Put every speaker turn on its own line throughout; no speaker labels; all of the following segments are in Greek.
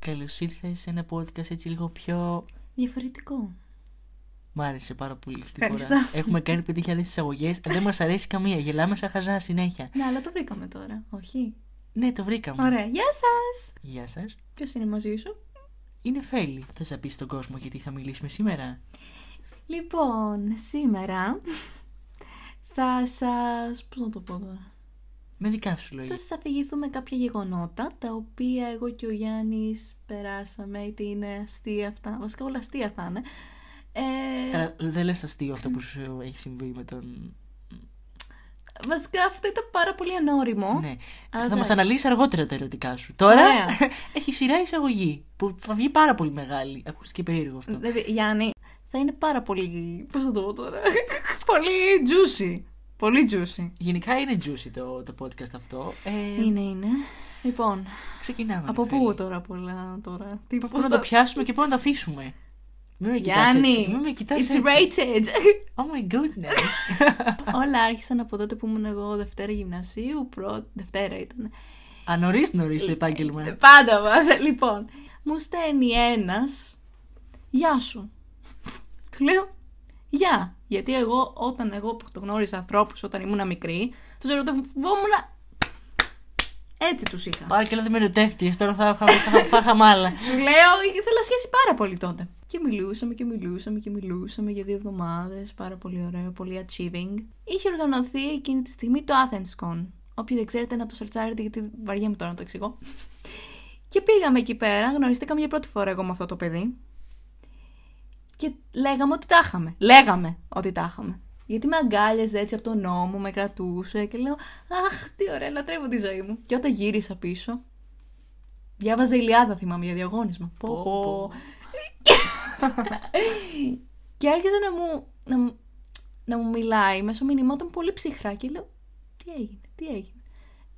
Καλώς ήρθες σε ένα podcast έτσι λίγο πιο...
Διαφορετικό.
Μ' άρεσε πάρα πολύ αυτή τη
Ευχαριστώ.
φορά. Έχουμε κάνει 5.000 εισαγωγές. Δεν μας αρέσει καμία. Γελάμε σαν χαζά συνέχεια.
Ναι, αλλά το βρήκαμε τώρα, όχι.
Ναι, το βρήκαμε.
Ωραία, γεια σας!
Γεια σας.
Ποιος είναι μαζί σου?
Είναι Φέλη. Θες να πεις στον κόσμο γιατί θα μιλήσουμε σήμερα.
Λοιπόν, σήμερα θα σας... πώς να το πω τώρα.
Με δικά σου λόγια.
Θα σας αφηγηθούμε κάποια γεγονότα τα οποία εγώ και ο Γιάννης περάσαμε, είτε είναι αστεία αυτά, βασικά όλα αστεία θα είναι. Ε,
Καλά, Δεν λες αστείο αυτό που σου έχει συμβεί με τον.
βασικά αυτό ήταν πάρα πολύ ανώριμο.
Ναι. θα
Α, ναι.
μα αναλύσει αργότερα τα ερωτικά σου. Τώρα
Ωραία.
έχει σειρά εισαγωγή που θα βγει πάρα πολύ μεγάλη. Ακούστηκε περίεργο αυτό.
Δε- Δηλαδή, Γιάννη, θα είναι πάρα πολύ. Πώς θα το πω τώρα. πολύ juicy. Πολύ juicy.
Γενικά είναι juicy το, το podcast αυτό. Ε,
Είναι, είναι. Λοιπόν,
Ξεκινάμε.
Ναι. από
ρε Φέλη.
πού τώρα πολλά τώρα. Τι
Πού
πώς
να
θα-
το πιάσουμε και πού να το αφήσουμε. Μην με κοιτάς
Γιάννη,
έτσι. Μην με κοιτάς έτσι.
it's rated.
Oh my goodness.
Όλα άρχισαν από τότε που ήμουν εγώ Δευτέρα γυμνασίου. Πρώτη... Δευτέρα ήταν.
Α, νωρίς
Ε,
νωρίς το επάγγελμα.
Πάντα μα. Λοιπόν, μου στέλνει ένας. Γεια σου. Του λέω. Γεια. Γιατί εγώ, όταν εγώ που το γνώριζα ανθρώπους όταν ήμουν μικρή, τους ερωτευόμουν. Έτσι τους είχα.
Πάρα και λέω δεν με ερωτεύτηκες, τώρα θα, θα, θα, θα χαμάλα.
Σου λέω, ήθελα σχέση πάρα πολύ τότε. Και μιλούσαμε και μιλούσαμε και μιλούσαμε για δύο εβδομάδες. Πάρα πολύ ωραίο, πολύ achieving. Είχε οργανωθεί εκείνη τη στιγμή το Athens Con. Όποιοι δεν ξέρετε να το σερτσάρετε, γιατί βαριέμαι τώρα να το εξηγώ. Και πήγαμε εκεί πέρα, γνωριστήκαμε για πρώτη φορά εγώ με αυτό το παιδί. Και λέγαμε ότι τα είχαμε. Λέγαμε ότι τα είχαμε. Γιατί με αγκάλιαζε έτσι από τον νόμο, με κρατούσε και λέω Αχ, τι ωραία, λατρεύω τη ζωή μου. Και όταν γύρισα πίσω, διάβαζα Ηλιάδα, θυμάμαι, για διαγώνισμα. Πω,
Πω,
πω.
πω.
και άρχισε να μου, να, μου- να μου μιλάει μέσω μηνυμάτων πολύ ψυχρά και λέω Τι έγινε, τι έγινε.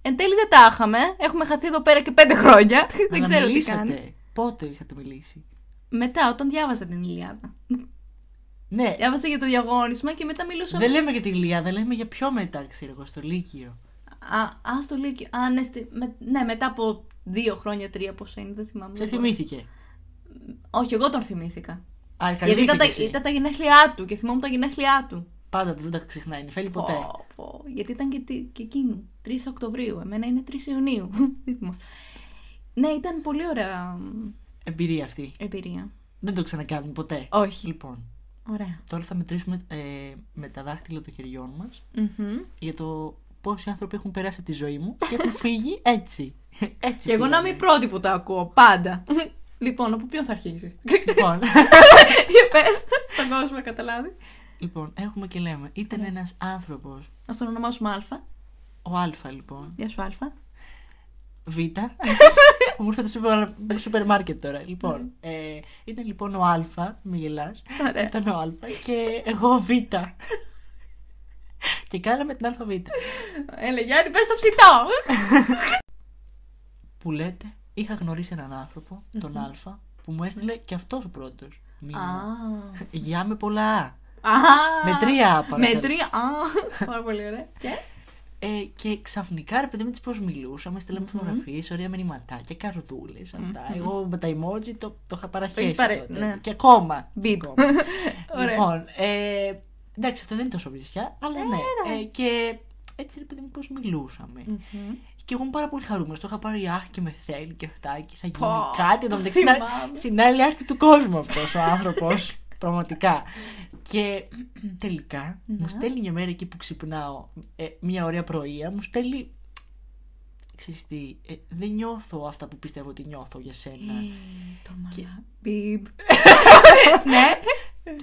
Εν τέλει δεν τα είχαμε. Έχουμε χαθεί εδώ πέρα και πέντε χρόνια. δεν ξέρω τι
Αναμιλήσατε.
κάνει.
Πότε είχατε μιλήσει.
Μετά, όταν διάβαζα την Ηλιάδα.
Ναι,
Διάβαζα για το διαγώνισμα και μετά μιλούσαμε.
δεν λέμε για την Ιλιάδα, λέμε για πιο μετά, ξέρω εγώ, στο Λύκειο.
Α, α στο Λύκειο. Α, ναι, στη- με- ναι, μετά από δύο χρόνια, τρία πόσο είναι, δεν θυμάμαι.
Σε
Δεν μπορώ.
θυμήθηκε.
Όχι, εγώ τον θυμήθηκα.
Α, καλή
Γιατί ήταν τα,
φύση.
ήταν τα γενέθλιά του και θυμόμουν τα γενέθλιά του.
Πάντα δεν τα ξεχνάει, είναι φέλη ποτέ.
Πω, πω. Γιατί ήταν και, τι- και εκείνου. 3 Οκτωβρίου. Εμένα είναι 3 Ιουνίου. Δίδυμος. ναι, ήταν πολύ ωραία μ,
Εμπειρία αυτή.
εμπειρία.
Δεν το ξανακάνουμε ποτέ.
Όχι.
Λοιπόν,
Ωραία.
τώρα θα μετρήσουμε ε, με τα δάχτυλα των χεριών μας
Μμμ.
για το πόσοι άνθρωποι έχουν περάσει από τη ζωή μου και έχουν φύγει έτσι. έτσι
Και εγώ να είμαι η
φύγανε.
πρώτη που τα ακούω πάντα. λοιπόν, από ποιον θα αρχίσεις.
Λοιπόν,
Για πες, τον κόσμο να καταλάβεις.
λοιπόν, έχουμε και λέμε. Ήταν
Ναι.
ένας άνθρωπος,
Α τον ονομάσουμε Α.
ο Α λοιπόν,
Γεια σου, Α.
Β. μου ήρθε το σούπερ, σούπερ μάρκετ
Ναι.
τώρα. Λοιπόν, ε, ήταν λοιπόν ο Α, μη γελάς.
Ωραία.
Ήταν ο Α και εγώ Β. και κάναμε την ΑΒ.
Έλα, Γιάννη, πες το ψητό.
Που λέτε, είχα γνωρίσει έναν άνθρωπο,
Mm-hmm.
τον Α, που μου έστειλε και αυτός πρώτο. Μήνυμα. Γεια με πολλά. Α.
Α.
Με τρία, παρακαλώ.
Με τρία. Α, πάρα πολύ ωραία. Και.
Ε, και ξαφνικά, ρε παιδί μου, έτσι πώς μιλούσαμε, στείλαμε φωτογραφίες, ωραία μηνυματάκια, καρδούλες, αυτά. Εγώ με τα emoji το, το είχα παραχέσει.
έχεις παρέ-
τότε.
ναι.
Και ακόμα.
Μπιπ.
ακόμα.
Ωραία.
λοιπόν, ε, εντάξει, αυτό δεν είναι τόσο βρισιά, αλλά ναι. Ε, και έτσι, ρε παιδί μου, πώς μιλούσαμε. Και εγώ είμαι πάρα πολύ χαρούμενος. Το είχα πάρει άχ και με θέλει και αυτά και θα γίνει
Πω,
κάτι. Εδώ μεταξύ στην,
θυμάμαι.
στην άλλη άκρη του κόσμου αυτός ο άνθρωπος. πραγματικά. Και τελικά
Ναι.
μου στέλνει μια μέρα εκεί που ξυπνάω, ε, μια ωραία πρωία, μου στέλνει. Ξέρεις τι, ε, δεν νιώθω αυτά που πιστεύω ότι νιώθω για
Ε,
σένα.
Τρομαλά. Μπιπ. Ναι.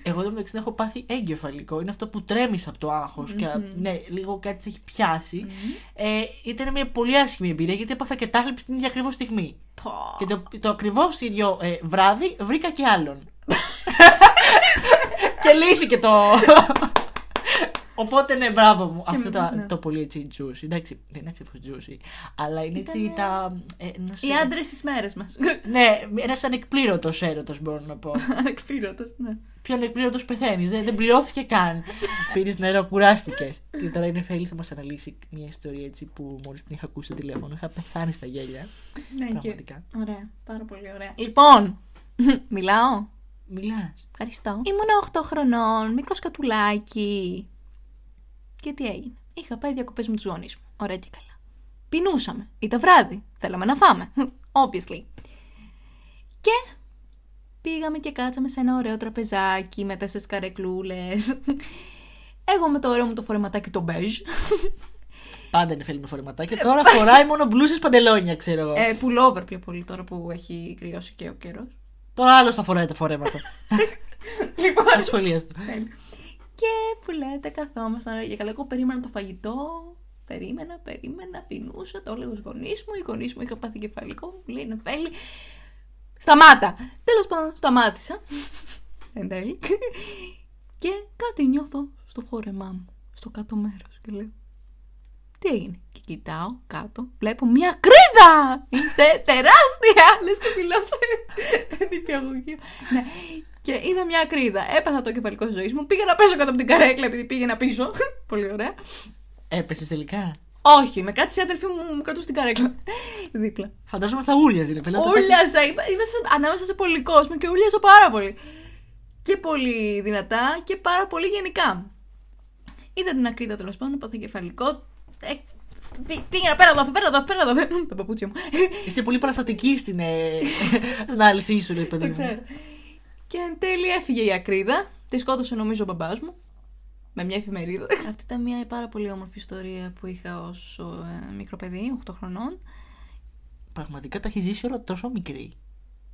Εγώ εδώ μεταξύ έχω πάθει εγκεφαλικό. Είναι αυτό που τρέμεις από το άγχος και ναι, λίγο κάτι σε έχει πιάσει. Ε, ήταν μια πολύ άσχημη εμπειρία γιατί έπαθα και τάχλιψη την ίδια ακριβώς στιγμή.
Πω.
Και το, το ακριβώς ίδιο ε, βράδυ βρήκα και άλλον. και λύθηκε το. Οπότε ναι, μπράβο μου. Αυτό το,
ναι.
το πολύ έτσι juicy. Εντάξει, δεν είναι ακριβώς juicy. Αλλά είναι έτσι
Ήτανε-
τα. Ε, ένας-
Οι άντρε τη μέρες μας.
Ναι, ένας ανεκπλήρωτος έρωτας μπορώ να πω.
Ανεκπλήρωτος, ναι.
πιο ανεκπλήρωτος πεθαίνεις. Δεν, δεν πληρώθηκε καν. Πήρες νερό, κουράστηκες. Και τώρα η Νεφέλη θα μας αναλύσει μια ιστορία έτσι που μόλις την είχα ακούσει στο τηλέφωνο. Είχα πεθάνει στα γέλια.
Ναι, και...
Πραγματικά.
Ωραία. Πάρα πολύ ωραία. Λοιπόν, μιλάω.
Μιλάς.
Ευχαριστώ. Ήμουν 8 χρονών, μικρός κατουλάκι. Και τι έγινε. Είχα πάει διακοπές με τους γονείς μου. Ωραία και καλά. Πεινούσαμε. Ήταν βράδυ. Θέλαμε να φάμε. Obviously. Και πήγαμε και κάτσαμε σε ένα ωραίο τραπεζάκι με τέσσερις καρεκλούλες. Εγώ με το ωραίο μου το φορεματάκι το μπέζ.
Πάντα Νεφέλη με φορεματάκια. Τώρα φοράει μόνο μπλούσες παντελόνια, ξέρω εγώ.
Ε, pullover πιο πολύ τώρα που έχει κρυώσει και ο καιρός.
Τώρα άλλος θα φοράει τα φορέματα.
Λοιπόν,
Τα σχολεία του.
Και που λέτε, καθόμασταν ωραία και καλά. Εγώ περίμενα το φαγητό. Περίμενα, περίμενα, πεινούσα. Το έλεγα στους γονείς μου. Οι γονείς μου είχαν πάθει κεφαλικό. Μου λέει Νεφέλη. Σταμάτα! Τέλος πάντων, σταμάτησα. Εν τέλει. Και κάτι νιώθω στο φόρεμά μου, στο κάτω μέρος. Και λέω, τι έγινε. Και κοιτάω κάτω, βλέπω μια κρίδα! Είναι τεράστια! Λες και μιλάω σε νηπιαγωγείο. Ναι. Και είδα μια κρίδα. Έπαθα το κεφαλικό ζωής μου. Πήγα να πέσω κάτω από την καρέκλα επειδή πήγαινα πίσω. Πολύ ωραία.
Έπεσες τελικά.
Όχι, με κάτσε η αδελφή μου, μου κρατούσε την καρέκλα. Δίπλα.
Φαντάζομαι θα ούρλιαζε, Νεφέλη. θα θες-
Ούλιαζα, είπα- είμαι σε- ανάμεσα σε πολύ κόσμο και ούλιαζα πάρα πολύ. Και πολύ δυνατά και πάρα πολύ γενικά. Είδα την ακρίτα τέλος πάντων, πάθε κεφαλικό. Ε, πή- πήγαινα πέρα εδώ, πέρα εδώ, πέρα εδώ. Τα παπούτσια μου.
Είσαι πολύ παραστατική στην, ε, στην ανάλυση σου, λέει παιδί μου.
Δεν ξέρω. Και εν τέλει έφυγε η ακρίδα. Τη σκότωσε νομίζω ο μπαμπάς μου. Με μια εφημερίδα. Αυτή ήταν μια πάρα πολύ όμορφη ιστορία που είχα ως μικρό παιδί, 8 χρονών.
Πραγματικά τα έχει ζήσει όλα τόσο μικρή.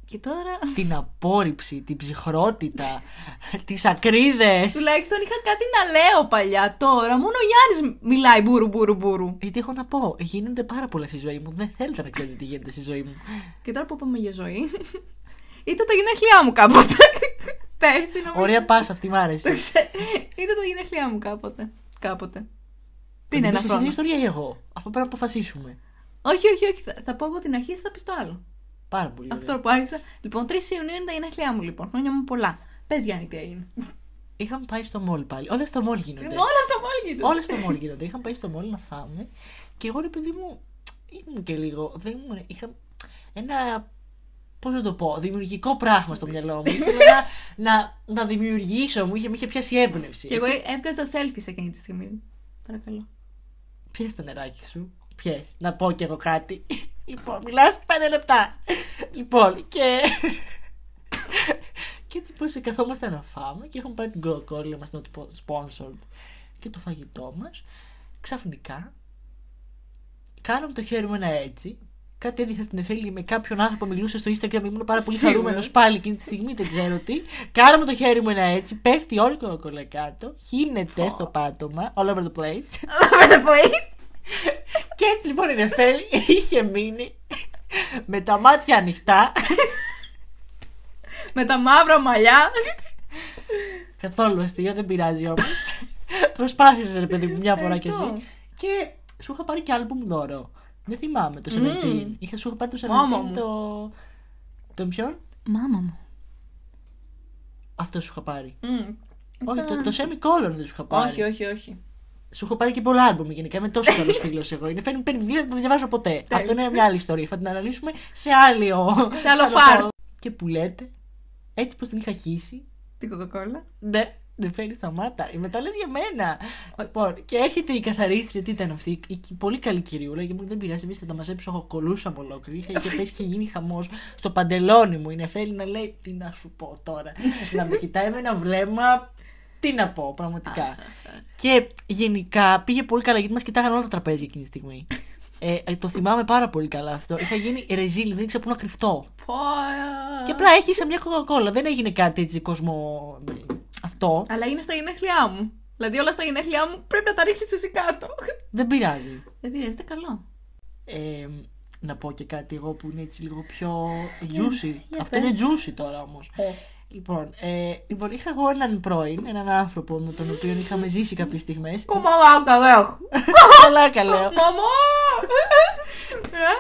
Και τώρα.
την απόρριψη, την ψυχρότητα, τις ακρίδες.
Τουλάχιστον είχα κάτι να λέω παλιά. Τώρα μόνο ο Γιάννης μιλάει μπουρου μπουρου μπουρου.
Γιατί έχω να πω, γίνονται πάρα πολλά στη ζωή μου. Δεν θέλετε να ξέρετε τι γίνεται στη ζωή μου.
Και τώρα που είπαμε για ζωή, ήταν τα γενέθλιά μου κάποτε. Πέρσι νομίζω.
Ωραία πάσα αυτή, μ'
Το
άρεσε.
ξέ- Ήταν τα γενέθλιά μου κάποτε. Κάποτε. Πριν
Θα την
ένα
πεις εσύ την
χρόνο.
ιστορία ή εγώ. Αυτό πρέπει να αποφασίσουμε.
Όχι, όχι, όχι. Θα, θα πω εγώ την αρχή, εσύ θα πεις το άλλο.
Πάρα πολύ. ωραία.
Αυτό που άρχισα. Λοιπόν, 3 Ιουνίου είναι τα γενέθλιά μου, λοιπόν. Χρόνια μου πολλά. Πες Γιάννη, τι έγινε.
Είχαμε πάει στο μόλ πάλι. Όλα στο μόλ γίνονται.
Είμαι Ναι. όλα στο μόλγι.
Όλα στο μόλ γίνονται. Είχαμε πάει στο μόλ να φάμε. Και εγώ ρε παιδί μου, ήμουν και λίγο. Δεν ήμουν. Είχα ένα. Πώς να το πω, δημιουργικό πράγμα στο μυαλό μου. Ήθελα να, να, να δημιουργήσω, μου είχε, μου είχε πιάσει έμπνευση.
Και εγώ έβγαζα selfie σε εκείνη τη στιγμή. Παρακαλώ.
Πιες το νεράκι σου. Πιες. Να πω κι εγώ κάτι. Λοιπόν, μιλάς πέντε λεπτά. Λοιπόν, και... και έτσι πως καθόμαστε να φάμε και έχουμε πάρει την κοκόρια μας, not sponsored, και το φαγητό μας. Ξαφνικά, κάναμε το χέρι μου ένα έτσι. Κάτι έδειχα στην Εφέλη με κάποιον άνθρωπο μιλούσε στο Instagram. Ήμουν πάρα πολύ
Σίγουρα.
χαρούμενο πάλι εκείνη τη στιγμή, δεν ξέρω τι. Κάναμε το χέρι μου ένα έτσι. Πέφτει όλη η κοκακόλα κάτω. Χύνεται στο πάτωμα. All over the place. Και έτσι λοιπόν η Νεφέλ είχε μείνει με τα μάτια ανοιχτά,
Με τα μαύρα μαλλιά.
καθόλου αστείο, δεν πειράζει όμως. Προσπάθησες ρε παιδί μου μια φορά κι
Ευχαριστώ.
εσύ. Και σου είχα πάρει και άλμπουμ δώρο. Δεν θυμάμαι το 17. Είχα σου είχα πάρει το
Μάμα
17
μου.
το. Τον ποιον?
Μάμα μου.
Αυτό σου είχα πάρει.
Μμμ.
Όχι, το, το semicolon δεν σου είχα πάρει.
Όχι, όχι, όχι.
Σου έχω πάρει και πολλά άλμπουμ γενικά. Είμαι τόσο καλός φίλος εγώ. Είναι φέρνει παίρνει βιβλία, δεν το διαβάζω ποτέ. Αυτό είναι μια άλλη ιστορία. Θα την αναλύσουμε σε άλλο.
Σε άλλο part.
Και που λέτε, έτσι πως την είχα χύσει.
Την κοκακόλα.
Ναι, δεν φέρνει στα μάτα. Η μετά λες για μένα. Λοιπόν, και έρχεται η καθαρίστρια, τι ήταν αυτή, η η πολύ καλή κυριούλα, και μου λέει, δεν πειράζει, εμείς θα τα μαζέψω. Εγώ κολούσα από ολόκληρη. Είχα και πέσει και γίνει χαμός στο παντελόνι μου. Η Νεφέλη να λέει, τι να σου πω τώρα. να με κοιτάει με ένα βλέμμα. Τι να πω, πραγματικά. και γενικά πήγε πολύ καλά γιατί μας κοιτάγαν όλα τα τραπέζια εκείνη τη στιγμή. Ε, ε, το θυμάμαι πάρα πολύ καλά αυτό. Είχα γίνει ρεζίλη, δεν ήξερα πού να κρυφτώ.
Πω.
Και απλά έχει σε μια κοκακόλα. Δεν έγινε κάτι έτσι κόσμο. Αυτό.
Αλλά είναι στα γενέθλιά μου. Δηλαδή όλα στα γενέθλιά μου πρέπει να τα ρίχνεις εσύ κάτω.
Δεν πειράζει.
Δεν πειράζει, ήταν καλό.
Ε, να πω και κάτι εγώ που είναι έτσι λίγο πιο juicy.
για
Αυτό
πες.
είναι juicy τώρα όμως. Λοιπόν, ε, λοιπόν, είχα εγώ έναν πρώην, έναν άνθρωπο με τον οποίο είχαμε ζήσει κάποιες στιγμές.
Κομμάκα, λέω.
Καλά, λέω.
Μαμά!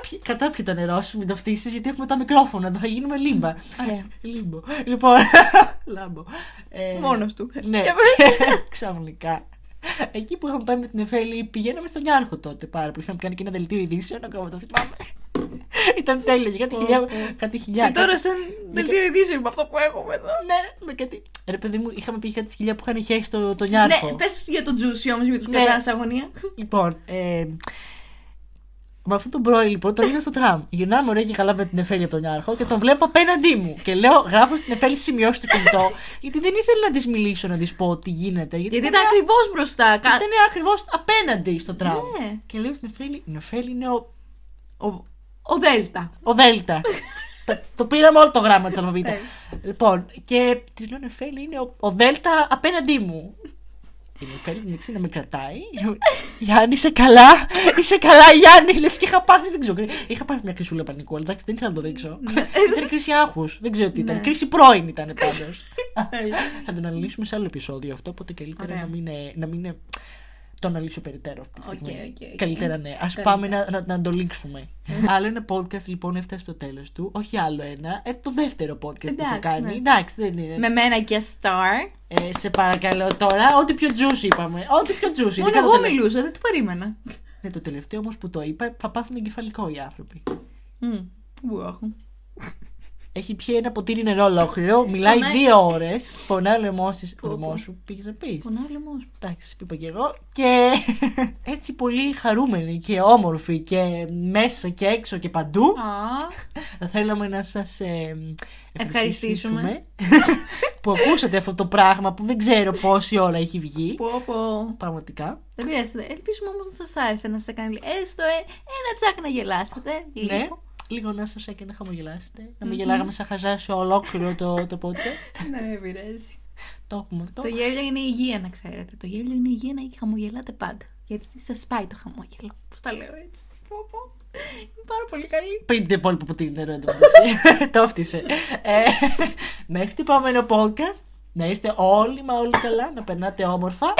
Πι- Κατά ποιο το νερό σου, μην το φτύσεις γιατί έχουμε τα μικρόφωνα εδώ, θα γίνουμε λίμπα.
Ωραία.
Λίμπο. Λοιπόν, λάμπο. Ε,
Μόνος του.
Ναι,
Για πες.
ξαφνικά. Εκεί που είχαμε πάει με την Εφέλη, πηγαίναμε στον Ιάρχο τότε πάρα που είχαμε κάνει και ένα δελτίο ειδήσεων, ακόμα το θυμάμαι. Ήταν τέλειο, για κάτι χιλιά. Κάτι χιλιά
Και τώρα σαν δελτίο ειδήσεων με αυτό που έχουμε εδώ.
Ναι, με κάτι. Ρε παιδί μου, είχαμε πει κάτι σκυλιά που είχαν χέρι στο τον
Ναι,
Ιάρχο.
πες για τον Τζούσι όμως, για τους
Ναι.
κατά σε αγωνία.
Λοιπόν, ε, με αυτόν τον πρώην λοιπόν τον είδα στο τραμ. Γυρνάμε ωραία και καλά με την Εφέλη από τον Ιάρχο και τον βλέπω απέναντί μου. Και λέω, γράφω στην Εφέλη σημειώσει το κινητό, γιατί δεν ήθελα να της μιλήσω, να της πω τι γίνεται.
Γιατί ήταν ακριβώς μπροστά. κα-
ήταν ακριβώς απέναντι στο τραμ.
Ναι.
Και λέω στην Εφέλη, η Εφέλη είναι ο,
Ο- Ο Δέλτα.
ο Δέλτα. Τα- το πήραμε όλο το γράμμα τη αλφαβήτα.
Ναι.
λοιπόν, και τη λέω Νεφέλη είναι ο, ο Δέλτα απέναντί μου. Η Νεφέλη την εξή να με κρατάει. Γιάννη, είσαι καλά. Είσαι καλά, Γιάννη. Λες και είχα πάθει, δεν ξέρω. Είχα πάθει μια κρυσούλα πανικού, αλλά εντάξει, δεν ήθελα να το δείξω. ήταν κρίση άγχους. Δεν ξέρω τι ήταν.
Ναι.
Κρίση πρώην ήταν πάντω. Θα τον αναλύσουμε σε άλλο επεισόδιο αυτό, οπότε καλύτερα
Ωραία.
να μην, ε, να μην ε, το αναλύσω περιττέρω αυτή τη
Οκ,
στιγμή.
οκ, οκ.
Καλύτερα ναι. Ας
Καλύτερα.
πάμε να, να, να το λήξουμε. άλλο ένα podcast λοιπόν έφτασε στο τέλος του. Όχι άλλο ένα. Ε, το δεύτερο podcast που έχω
Εντάξει,
κάνει.
ναι.
Εντάξει, δεν είναι.
Με μένα και Star.
Ε, σε παρακαλώ τώρα, ό,τι πιο juicy είπαμε. Ό,τι πιο juicy.
Μόνο
ειδικά το
εγώ
τελε-
μιλούσα, δεν το περίμενα.
Ναι, το τελευταίο όμως που το είπα θα πάθουν εγκεφαλικό οι άνθρωποι.
Μμ, Πού έχω.
Έχει πιει ένα ποτήρι νερό ολόκληρο, μιλάει
Πονάει.
δύο ώρες, πονάει ο λαιμός της- ο
Πω,
λαιμός
Ναι. πω.
σου, πήγες να πεις.
Πονάει ο λαιμός μου.
Εντάξει, είπα και εγώ. Και έτσι πολύ χαρούμενοι και όμορφοι και μέσα και έξω και παντού.
Α,
Θα θέλαμε να σας ε,
Ευχαριστήσουμε.
ευχαριστήσουμε που ακούσατε αυτό το πράγμα που δεν ξέρω πόση ώρα έχει βγει.
πω πω.
Πραγματικά.
Δεν πειράζει. Ελπίζουμε όμως να σας άρεσε να σας έκανε έστω ε, ένα τσάκ να γελάσετε.
Ναι.
Λίγο.
Λίγο να σας έκανε να χαμογελάσετε. Να μην
Μμμ.
γελάγαμε σαν χαζά σε ολόκληρο το, το podcast.
Ναι, δεν πειράζει.
το έχουμε αυτό.
Το γέλιο είναι υγεία, να ξέρετε. Το γέλιο είναι υγεία να χαμογελάτε πάντα. Γιατί σας πάει το χαμόγελο. Πώς τα λέω έτσι. Πω πω. Είναι πάρα πολύ καλή.
Πριν την υπόλοιπη που την νερό εντωμεταξύ. Το φτύσε. Ε, Μέχρι το επόμενο podcast να είστε όλοι μα όλοι καλά, να περνάτε όμορφα.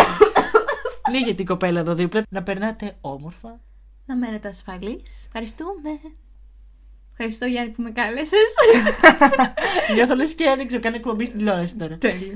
Πνίγεται η κοπέλα εδώ δίπλα. Να περνάτε όμορφα.
Να μένετε ασφαλείς. Ευχαριστούμε. Ευχαριστώ Γιάννη που με κάλεσες.
Νιώθω λες και δεν ξέρω, κάνει εκπομπή στην τηλεόραση τώρα.
Τέλειο.